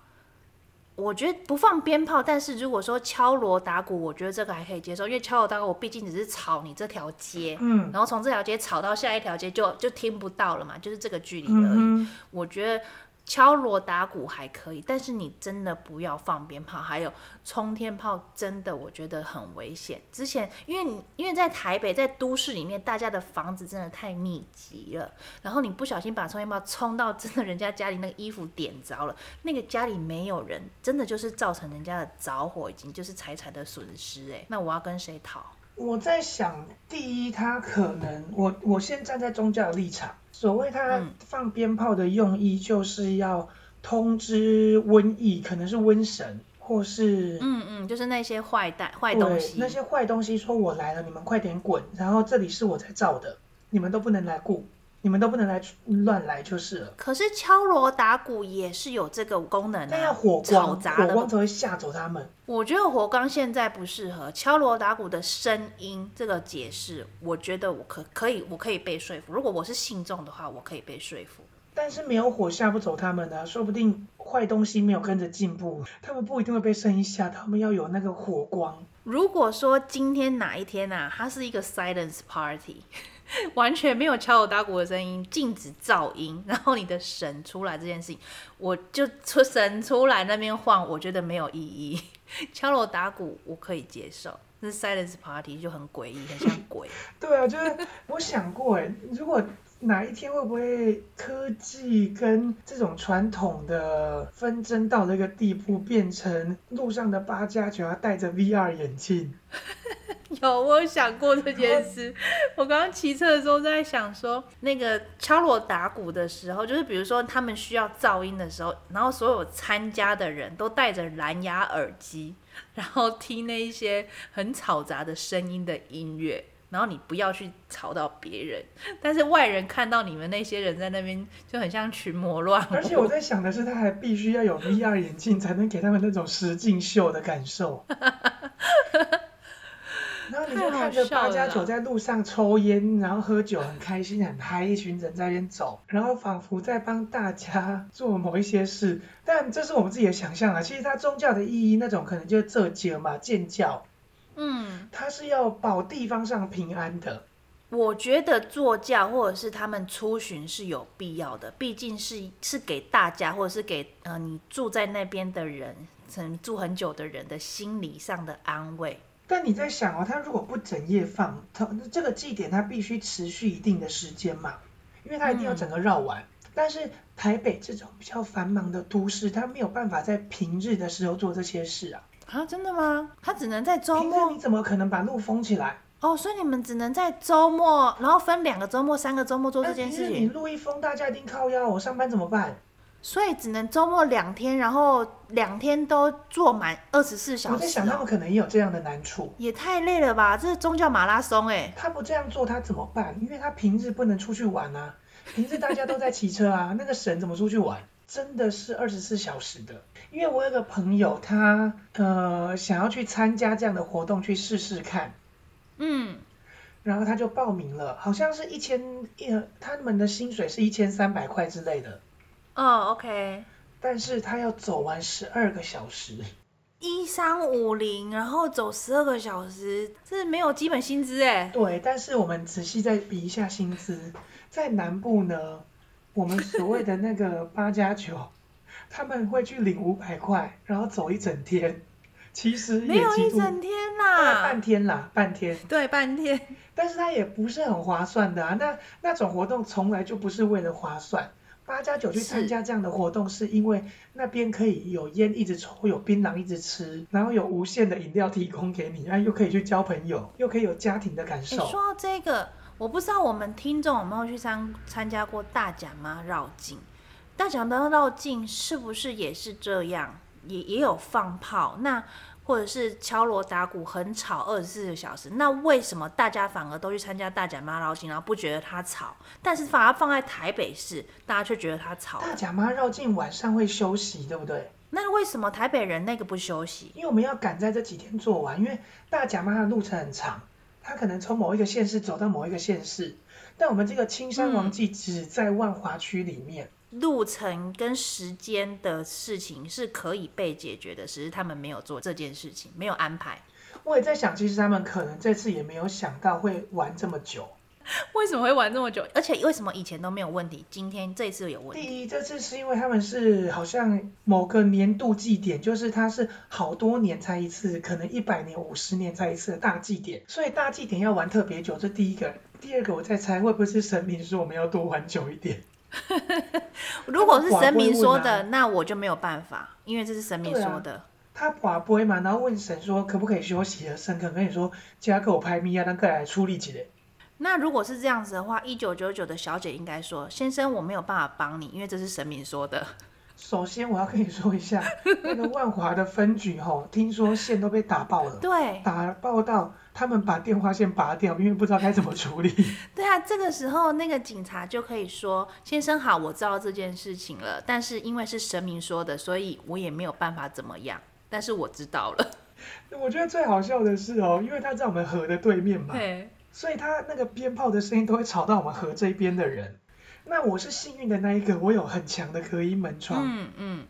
Speaker 1: 我觉得不放鞭炮，但是如果说敲锣打鼓，我觉得这个还可以接受，因为敲锣打鼓，我毕竟只是吵你这条街，
Speaker 2: 嗯
Speaker 1: 然后从这条街吵到下一条街就就听不到了嘛，就是这个距离而已。
Speaker 2: 嗯哼，
Speaker 1: 我觉得敲锣打鼓还可以，但是你真的不要放鞭炮，还有冲天炮，真的我觉得很危险。之前因为你因为在台北在都市里面，大家的房子真的太密集了，然后你不小心把冲天炮冲到真的人家家里那个衣服点着了，那个家里没有人，真的就是造成人家的着火，已经就是财产的损失、哎，那我要跟谁讨？
Speaker 2: 我在想，第一，他可能我我现在站在宗教的立场，所谓他
Speaker 1: 嗯
Speaker 2: 放鞭炮的用意，就是要通知瘟疫，可能是瘟神或是
Speaker 1: 嗯嗯，就是那些坏蛋坏
Speaker 2: 对，
Speaker 1: 东西
Speaker 2: 那，些坏东西说我来了，你们快点滚，然后这里是我在造的，你们都不能来顾，你们都不能来乱来就是了。
Speaker 1: 可是敲锣打鼓也是有这个功能
Speaker 2: 但要
Speaker 1: 啊，
Speaker 2: 火
Speaker 1: 吵
Speaker 2: 光，
Speaker 1: 杂
Speaker 2: 火
Speaker 1: 的
Speaker 2: 光才会吓走他们。
Speaker 1: 我觉得火光现在不适合敲锣打鼓的声音这个解释，我觉得我可可以，我可以被说服。如果我是信众的话，我可以被说服。
Speaker 2: 但是没有火吓不走他们啊，说不定坏东西没有跟着进步，他们不一定会被声音吓到，他们要有那个火光。
Speaker 1: 如果说今天哪一天啊，它是一个 silence party，完 全没有敲锣打鼓的声音，禁止噪音，然后你的神出来这件事情，我就出神出来那边晃，我觉得没有意义。敲锣打鼓我可以接受，但是 silence party 就很诡异，很像鬼。
Speaker 2: 对啊，就是我想过哎，如果哪一天会不会科技跟这种传统的纷争到了一个地步，变成路上的八加九要戴着 VR 眼镜？
Speaker 1: 有，我有想过这件事。我刚刚骑车的时候在想说，那个敲锣打鼓的时候，就是比如说他们需要噪音的时候，然后所有参加的人都戴着蓝牙耳机，然后听那一些很嘈杂的声音的音乐。然后你不要去吵到别人，但是外人看到你们那些人在那边就很像群魔乱舞。
Speaker 2: 而且我在想的是，他还必须要有 VR 眼镜，才能给他们那种实境秀的感受。 然后你就看着
Speaker 1: 太
Speaker 2: 八
Speaker 1: 好笑
Speaker 2: 加
Speaker 1: 了啦
Speaker 2: 九在路上抽烟，然后喝酒，很开心很嗨，一群人在那边走，然后仿佛在帮大家做某一些事。但这是我们自己的想象啊，其实它宗教的意义那种可能就是这节嘛，建教，
Speaker 1: 嗯，
Speaker 2: 它是要保地方上平安的。
Speaker 1: 我觉得坐教或者是他们出巡是有必要的，毕竟是是给大家或者是给呃你住在那边的人，曾住很久的人的心理上的安慰。
Speaker 2: 但你在想哦，它如果不整夜放，它这个祭典它必须持续一定的时间嘛，因为它一定要整个绕
Speaker 1: 嗯
Speaker 2: 完。但是台北这种比较繁忙的都市，它没有办法在平日的时候做这些事啊。
Speaker 1: 啊，真的吗？他只能在周
Speaker 2: 平日
Speaker 1: 末
Speaker 2: 你怎么可能把路封起来？
Speaker 1: 哦，所以你们只能在周末，然后分两个周末、三个周末做这
Speaker 2: 那
Speaker 1: 件
Speaker 2: 哎平
Speaker 1: 事
Speaker 2: 日你
Speaker 1: 情，
Speaker 2: 路一封，大家一定靠腰，我上班怎么办？
Speaker 1: 所以只能周末两天，然后两天都坐满二十四
Speaker 2: 我
Speaker 1: 小
Speaker 2: 在
Speaker 1: 时
Speaker 2: 想，他
Speaker 1: 哦、
Speaker 2: 们可能也有这样的难处。
Speaker 1: 也太累了吧？这是宗教马拉松哎、
Speaker 2: 他不这样做，他怎么办？因为他平日不能出去玩啊，平日大家都在骑车啊，那个神怎么出去玩？真的是二十四小时的。因为我有个朋友，他呃想要去参加这样的活动去试试看，
Speaker 1: 嗯，
Speaker 2: 然后他就报名了，好像是一千一，呃他们的薪水是一千三百块之类的，
Speaker 1: 哦，OK。
Speaker 2: 但是他要走完十二个小时。
Speaker 1: 一三五零，然后走十二个小时，这没有基本薪资哎。
Speaker 2: 对，但是我们仔细再比一下薪资，在南部呢，我们所谓的那 个八加九，他们会去领五百块，然后走一整天，其实
Speaker 1: 没
Speaker 2: 也
Speaker 1: 有
Speaker 2: 几
Speaker 1: 一
Speaker 2: 乎
Speaker 1: 整天啊
Speaker 2: 大概
Speaker 1: 啦
Speaker 2: 半，天啦，半天，
Speaker 1: 对，半天。
Speaker 2: 但是它也不是很划算的啊。那那种活动从来就不是为了划算。八加九去参
Speaker 1: 是
Speaker 2: 加这样的活动，是因为那边可以有烟一直抽，有槟榔一直吃，然后有无限的饮料提供给你，啊，又可以去交朋友，又可以有家庭的感
Speaker 1: 哎、
Speaker 2: 受。
Speaker 1: 说到这个，我不知道我们听众有没有去参参加过大甲妈绕境，大甲妈绕境是不是也是这样，也也有放炮，那或者是敲锣打鼓很吵，二十四个小时，那为什么大家反而都去参加大甲妈绕境，然后不觉得它吵，但是反而放在台北市，大家却觉得它吵了
Speaker 2: 大甲妈绕境晚上会休息，对不对？
Speaker 1: 那为什么台北人那个不休息？
Speaker 2: 因为我们要赶在这几天做完，因为大甲妈的路程很长，它可能从某一个县市走到某一个县市，但我们这个青山王祭只在万华区里面，
Speaker 1: 路程跟时间的事情是可以被解决的，只是他们没有做这件事情，没有安排。
Speaker 2: 我也在想，其实他们可能这次也没有想到会玩这么久。
Speaker 1: 为什么会玩这么久？而且为什么以前都没有问题，今天这次有问题？
Speaker 2: 第一，这次是因为他们是好像某个年度祭典，就是它是好多年才一次，可能一百年、五十年才一次的大祭典，所以大祭典要玩特别久，这第一个。第二个，我在猜会不会是神明说我们要多玩久一点？
Speaker 1: 如果是神明说
Speaker 2: 他们寡不会啊
Speaker 1: 的，那我就没有办法，因为这是神明
Speaker 2: 对啊
Speaker 1: 说的。
Speaker 2: 他寡杯嘛，然后问神说可不可以休息了？神可能跟你说加给我拍咪啊，那个来处理几嘞。
Speaker 1: 那如果是这样子的话，一九九九的小姐应该说：“先生，我没有办法帮你，因为这是神明说的。
Speaker 2: 首先我要跟你说一下，那个万华的分局吼，听说线都被打爆”了，
Speaker 1: 对
Speaker 2: 打爆到他们把电话线拔掉，因为不知道该怎么处理。
Speaker 1: 对啊，这个时候那个警察就可以说：“先生好，我知道这件事情了，但是因为是神明说的，所以我也没有办法怎么样，但是我知道了。
Speaker 2: 我觉得最好笑的是哦，因为他在我们河的对面”嘛，
Speaker 1: 对，
Speaker 2: 所以他那个鞭炮的声音都会吵到我们河这边的人。那我是幸运的那一个，我有很强的隔音门窗。
Speaker 1: 嗯嗯，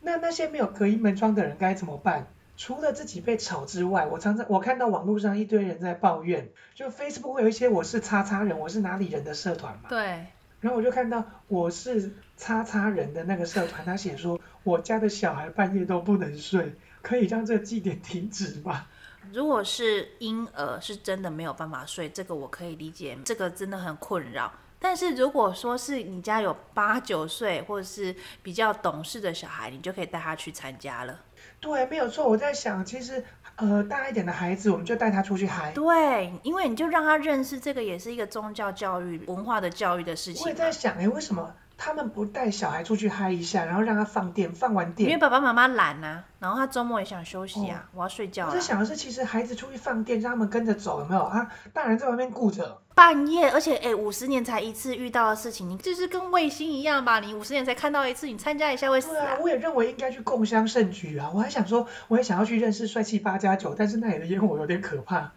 Speaker 2: 那那些没有隔音门窗的人该怎么办？除了自己被吵之外，我常常我看到网络上一堆人在抱怨，就 Facebook 会有一些我是叉叉人，我是哪里人的社团嘛。
Speaker 1: 对，
Speaker 2: 然后我就看到我是叉叉人的那个社团，他写说我家的小孩半夜都不能睡，可以让这个祭典停止吗？
Speaker 1: 如果是婴儿是真的没有办法睡，这个我可以理解，这个真的很困扰。但是如果说是你家有八九岁或者是比较懂事的小孩，你就可以带他去参加了。
Speaker 2: 对，没有错。我在想，其实呃大一点的孩子，我们就带他出去嗨。
Speaker 1: 对，因为你就让他认识这个也是一个宗教教育、文化的教育的事
Speaker 2: 我
Speaker 1: 情
Speaker 2: 也
Speaker 1: 嘛
Speaker 2: 在。想，哎，为什么他们不带小孩出去嗨一下，然后让他放电，放完
Speaker 1: 因为
Speaker 2: 电？
Speaker 1: 爸爸妈妈懒啊，然后他周末也想休息啊，我要睡觉
Speaker 2: 哦我
Speaker 1: 了
Speaker 2: 在。想的是，其实孩子出去放电，让他们跟着走，有没有啊？大人在外面顾着。
Speaker 1: 半夜，而且哎，五、十年才一次遇到的事情，你就是跟卫星一样吧？你五十年才看到一次，你参加一下会死
Speaker 2: 对啊
Speaker 1: 啊，。
Speaker 2: 我也认为应该去共襄盛举啊！我还想说，我也想要去认识帅气八加九，但是那里的烟火有点可怕，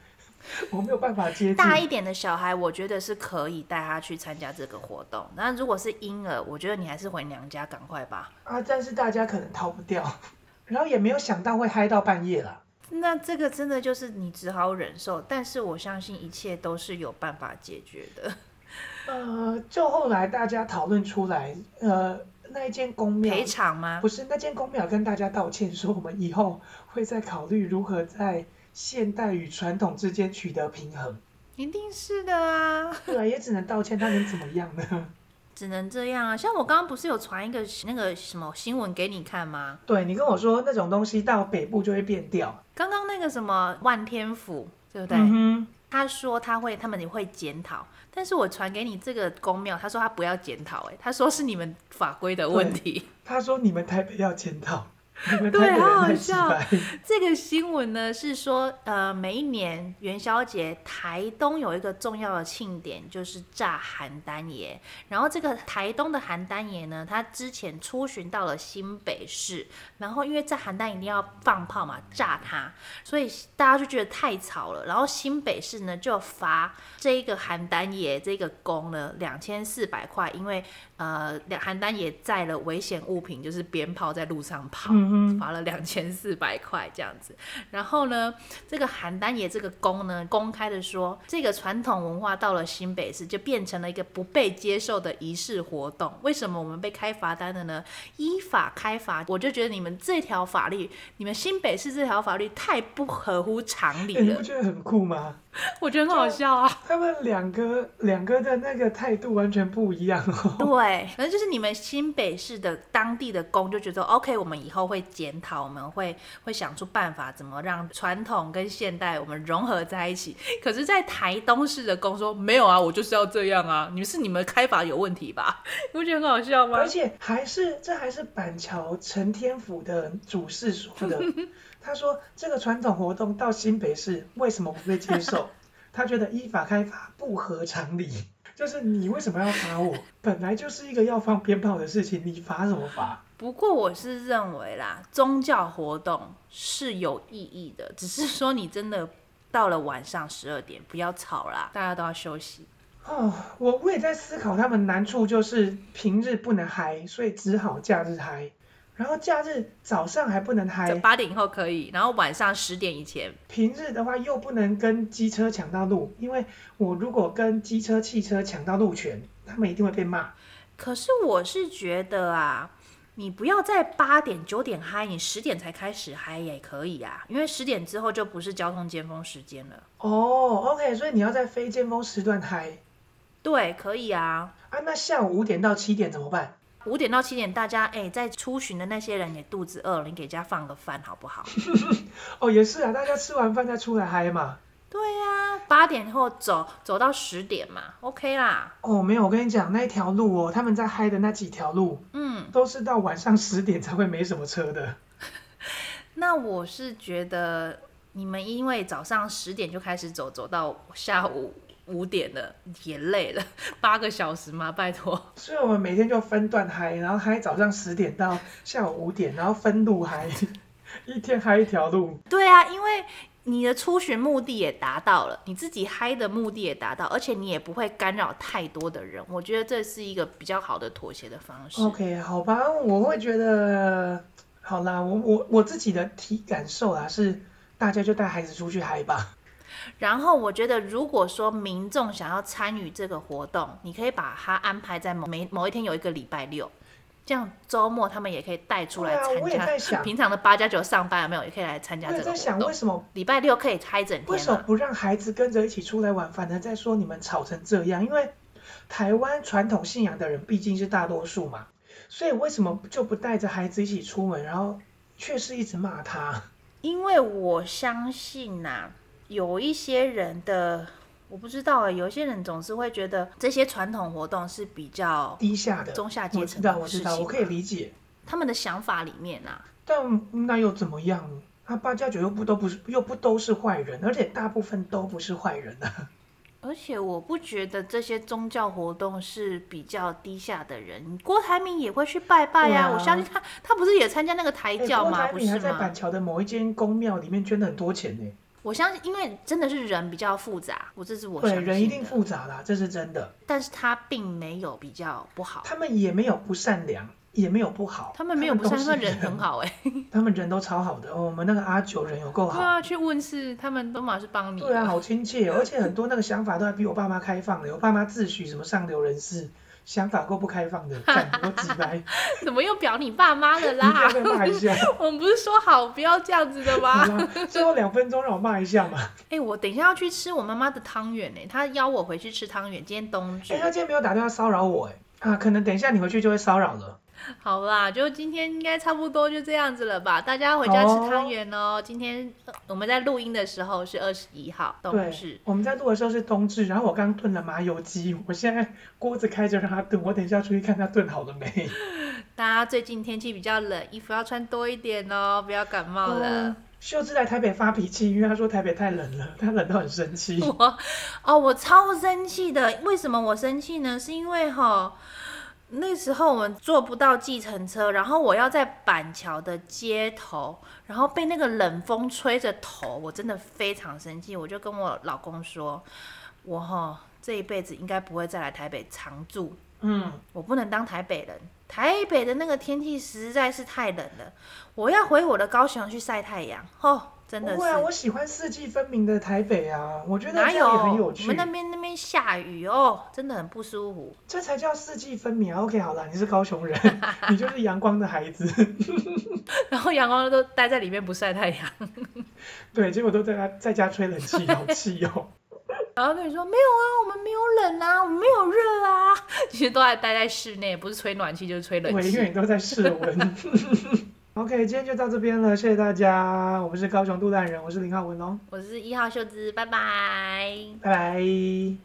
Speaker 2: 我没有办法接近。
Speaker 1: 大一点的小孩，我觉得是可以带他去参加这个活动。那如果是婴儿，我觉得你还是回娘家赶快吧。
Speaker 2: 啊，但是大家可能逃不掉， 然后也没有想到会嗨到半夜啦。
Speaker 1: 那这个真的就是你只好忍受，但是我相信一切都是有办法解决的。
Speaker 2: 呃，就后来大家讨论出来，呃，那一间公庙
Speaker 1: 赔偿吗？
Speaker 2: 不是那间公庙跟大家道歉说，我们以后会再考虑如何在现代与传统之间取得平衡。
Speaker 1: 一定是的啊，
Speaker 2: 对啊，也只能道歉，他能怎么样呢？
Speaker 1: 只能这样啊。像我刚刚不是有传一个那个什么新闻给你看吗？
Speaker 2: 对你跟我说那种东西到北部就会变掉，
Speaker 1: 刚刚那个什么万天府，对不对？
Speaker 2: 嗯哼，
Speaker 1: 他说他会，他们也会检讨。但是我传给你这个公庙，他说他不要检讨，哎，他说是你们法规的问题。
Speaker 2: 他说你们台北要检讨，你们
Speaker 1: 对
Speaker 2: 台北
Speaker 1: 好
Speaker 2: 人
Speaker 1: 好
Speaker 2: 太失
Speaker 1: 笑
Speaker 2: 败。
Speaker 1: 这个新闻呢是说，呃，每一年元宵节，台东有一个重要的庆典，就是炸邯郸爷。然后这个台东的邯郸爷呢，他之前出巡到了新北市，然后因为炸邯郸一定要放炮嘛，炸它，所以大家就觉得太吵了。然后新北市呢就罚这一个邯郸爷这个公呢两千四百块，因为呃两邯郸爷载了危险物品，就是鞭炮在路上跑。
Speaker 2: 嗯哼。
Speaker 1: 罚了两千四百块这样子。然后呢，这个邯郸爷这个公呢，公开的说，这个传统文化到了新北市就变成了一个不被接受的仪式活动。为什么我们被开罚单的呢？依法开罚，我就觉得你们这条法律，你们新北市这条法律太不合乎常
Speaker 2: 欸
Speaker 1: 理
Speaker 2: 你不
Speaker 1: 了，
Speaker 2: 觉得很酷吗？
Speaker 1: 我觉得很好笑啊。
Speaker 2: 他们两个两个的那个态度完全不一样哦。
Speaker 1: 对，反正就是你们新北市的当地的公就觉得，OK，我们以后会检讨，我们会会想出办法，怎么让传统跟现代我们融合在一起。可是，在台东市的公说，没有啊，我就是要这样啊，你们是你们开法有问题吧？ 你不觉得很好笑吗
Speaker 2: 而？且还是这还是板桥陈天府的主事说的，他说这个传统活动到新北市为什么不被接受？他觉得依法开罚不合常理，就是你为什么要罚我？本来就是一个要放鞭炮的事情，你罚什么罚？
Speaker 1: 不过我是认为啦，宗教活动是有意义的，只是说你真的到了晚上十二点，不要吵啦，大家都要休息。
Speaker 2: 哦，我我也在思考，他们难处就是平日不能嗨，所以只好假日嗨。然后假日早上还不能嗨，
Speaker 3: 八点以后可以，然后晚上十点以前，
Speaker 2: 平日的话又不能跟机车抢到路，因为我如果跟机车、汽车抢到路权，他们一定会被骂。
Speaker 1: 可是我是觉得啊，你不要在八点九点嗨，你十点才开始嗨也可以啊，因为十点之后就不是交通尖峰时间了。
Speaker 2: 哦，OK，所以你要在非尖峰时段嗨
Speaker 1: 对，可以啊。
Speaker 2: 啊？那下午五点到七点怎么办？
Speaker 1: 五点到七点，大家哎、在出巡的那些人也肚子饿了，你给人家放个饭好不好？
Speaker 2: 哦，也是啊，大家吃完饭再出来嗨嘛。
Speaker 1: 对呀、八点后走，走到十点嘛，OK 啦。
Speaker 2: 哦，没有，我跟你讲，那一条路哦，他们在嗨的那几条路
Speaker 1: 嗯，
Speaker 2: 都是到晚上十点才会没什么车的。
Speaker 1: 那我是觉得你们因为早上十点就开始走，走到下午五点了，也累了，八个小时嘛，拜托。
Speaker 2: 所以我们每天就分段嗨，然后嗨早上十点到下午五点，然后分路嗨， 一天嗨一条路。
Speaker 1: 对啊，因为你的出巡目的也达到了，你自己嗨的目的也达到，而且你也不会干扰太多的人，我觉得这是一个比较好的妥协的方式。
Speaker 2: OK，好吧，我会觉得，好啦，我我我自己的体感受啦是，大家就带孩子出去嗨吧。
Speaker 1: 然后我觉得，如果说民众想要参与这个活动，你可以把它安排在某每某一天有一个礼拜六，这样周末他们也可以带出来
Speaker 2: 对啊
Speaker 1: 参
Speaker 2: 我也
Speaker 1: 加。
Speaker 2: 在 想
Speaker 1: 平常的八加九上班有没有也可以来参加
Speaker 2: 我
Speaker 1: 这
Speaker 2: 也
Speaker 1: 个
Speaker 2: 在想，
Speaker 1: 活
Speaker 2: 为
Speaker 1: 动。
Speaker 2: 什么
Speaker 1: 礼拜六可以开整
Speaker 2: 为
Speaker 1: 天啊
Speaker 2: 什么
Speaker 1: 嘛？
Speaker 2: 不让孩子跟着一起出来玩，反而在说你们吵成这样？因为台湾传统信仰的人毕竟是大多数嘛，所以为什么就不带着孩子一起出门，然后却是一直骂他？
Speaker 1: 因为我相信呐、有一些人的我不知道啊、有一些人总是会觉得这些传统活动是比较
Speaker 2: 低下的，
Speaker 1: 中下阶
Speaker 2: 我
Speaker 1: 层
Speaker 2: 知
Speaker 1: 的
Speaker 2: 道，我知
Speaker 1: 事
Speaker 2: 道，
Speaker 1: 情
Speaker 2: 我可以理解。
Speaker 1: 他们的想法里面啊，
Speaker 2: 但那又怎么样？他八加九又不都不是，又不都是坏人，而且大部分都不是坏人 啊。
Speaker 1: 而且我不觉得这些宗教活动是比较低下的人，郭台铭也会去拜拜呀、
Speaker 2: 对啊
Speaker 1: 我相信他，他不是也参加那个台
Speaker 2: 哎
Speaker 1: 教
Speaker 2: 郭
Speaker 1: 吗？
Speaker 2: 台
Speaker 1: 不
Speaker 2: 铭还
Speaker 1: 是
Speaker 2: 在
Speaker 1: 吗
Speaker 2: 板？桥的某一间公庙里面捐了很多钱呢。
Speaker 1: 我相信，因为真的是人比较复杂，我这是我相
Speaker 2: 对，
Speaker 1: 信
Speaker 2: 人一定
Speaker 1: 的
Speaker 2: 复杂啦，这是真的。
Speaker 1: 但是他并没有比较不好，
Speaker 2: 他们也没有不善良，也没有不好，
Speaker 1: 他们没有不善，他
Speaker 2: 他
Speaker 1: 们
Speaker 2: 们都是
Speaker 1: 人很好哎、
Speaker 2: 他们人都超好的。哦我们那个阿九人有够
Speaker 3: 对
Speaker 2: 好，
Speaker 3: 啊，去问事，他们都马是帮你的，
Speaker 2: 对啊，好亲切哦，而且很多那个想法都还比我爸妈开放的。我爸妈自诩什么上流人士，想法够不开放的，干多鸡 掰，
Speaker 3: 怎么又表你爸妈了
Speaker 2: 你要
Speaker 3: 啦
Speaker 2: 不？要骂一下？
Speaker 3: 我们不是说好不要这样子的
Speaker 2: 好
Speaker 3: 吗？
Speaker 2: 啦，最后两分钟让我骂一下嘛。
Speaker 1: 哎、我等一下要去吃我妈妈的汤圆
Speaker 3: 欸
Speaker 1: 呢，她邀我回去吃汤圆，今天冬至
Speaker 2: 哎、。他今天没有打电话骚扰我、哎啊，可能等一下你回去就会骚扰了。
Speaker 3: 好啦，就今天应该差不多就这样子了吧？大家回家吃汤圆哦。今天呃我们在录音的时候是二十一号，冬
Speaker 2: 对
Speaker 3: 至，。
Speaker 2: 我们在录的时候是冬至，然后我刚炖了麻油鸡，我现在锅子开着让它炖，我等一下出去看它炖好了没。
Speaker 3: 大家最近天气比较冷，衣服要穿多一点哦，不要感冒了
Speaker 2: 嗯。 秀智来台北发脾气，因为他说台北太冷了，他冷到很生气。
Speaker 1: 我哦，我超生气的。为什么我生气呢？是因为哈，那时候我们坐不到计程车，然后我要在板桥的街头，然后被那个冷风吹着头，我真的非常生气。我就跟我老公说，我哈这一辈子应该不会再来台北常住，
Speaker 2: 嗯，
Speaker 1: 我不能当台北人。台北的那个天气实在是太冷了，我要回我的高雄去晒太阳。哦，真的
Speaker 2: 不
Speaker 1: 是。
Speaker 2: 会啊，我喜欢四季分明的台北啊，我觉得
Speaker 1: 哪
Speaker 2: 这
Speaker 1: 有？
Speaker 2: 样也很有
Speaker 1: 我
Speaker 2: 趣
Speaker 1: 们。那边那边下雨哦，真的很不舒服。
Speaker 2: 这才叫四季分明啊。OK，好啦，你是高雄人， 你就是阳光的孩子。
Speaker 3: 然后阳光都待在里面不晒太阳。
Speaker 2: 对，结果都在家在家吹冷气，好气哦。
Speaker 3: 然后跟你说没有啊，我们没有冷啊，我们没有热啊， 其实都在待在室内，不是吹暖气就是吹冷
Speaker 2: 我永
Speaker 3: 气。
Speaker 2: 远都在室温。OK，今天就到这边了，谢谢大家。我们是高雄杜兰人，我是林浩文龙，
Speaker 3: 我是一号秀芝，拜拜。
Speaker 2: 哦拜拜。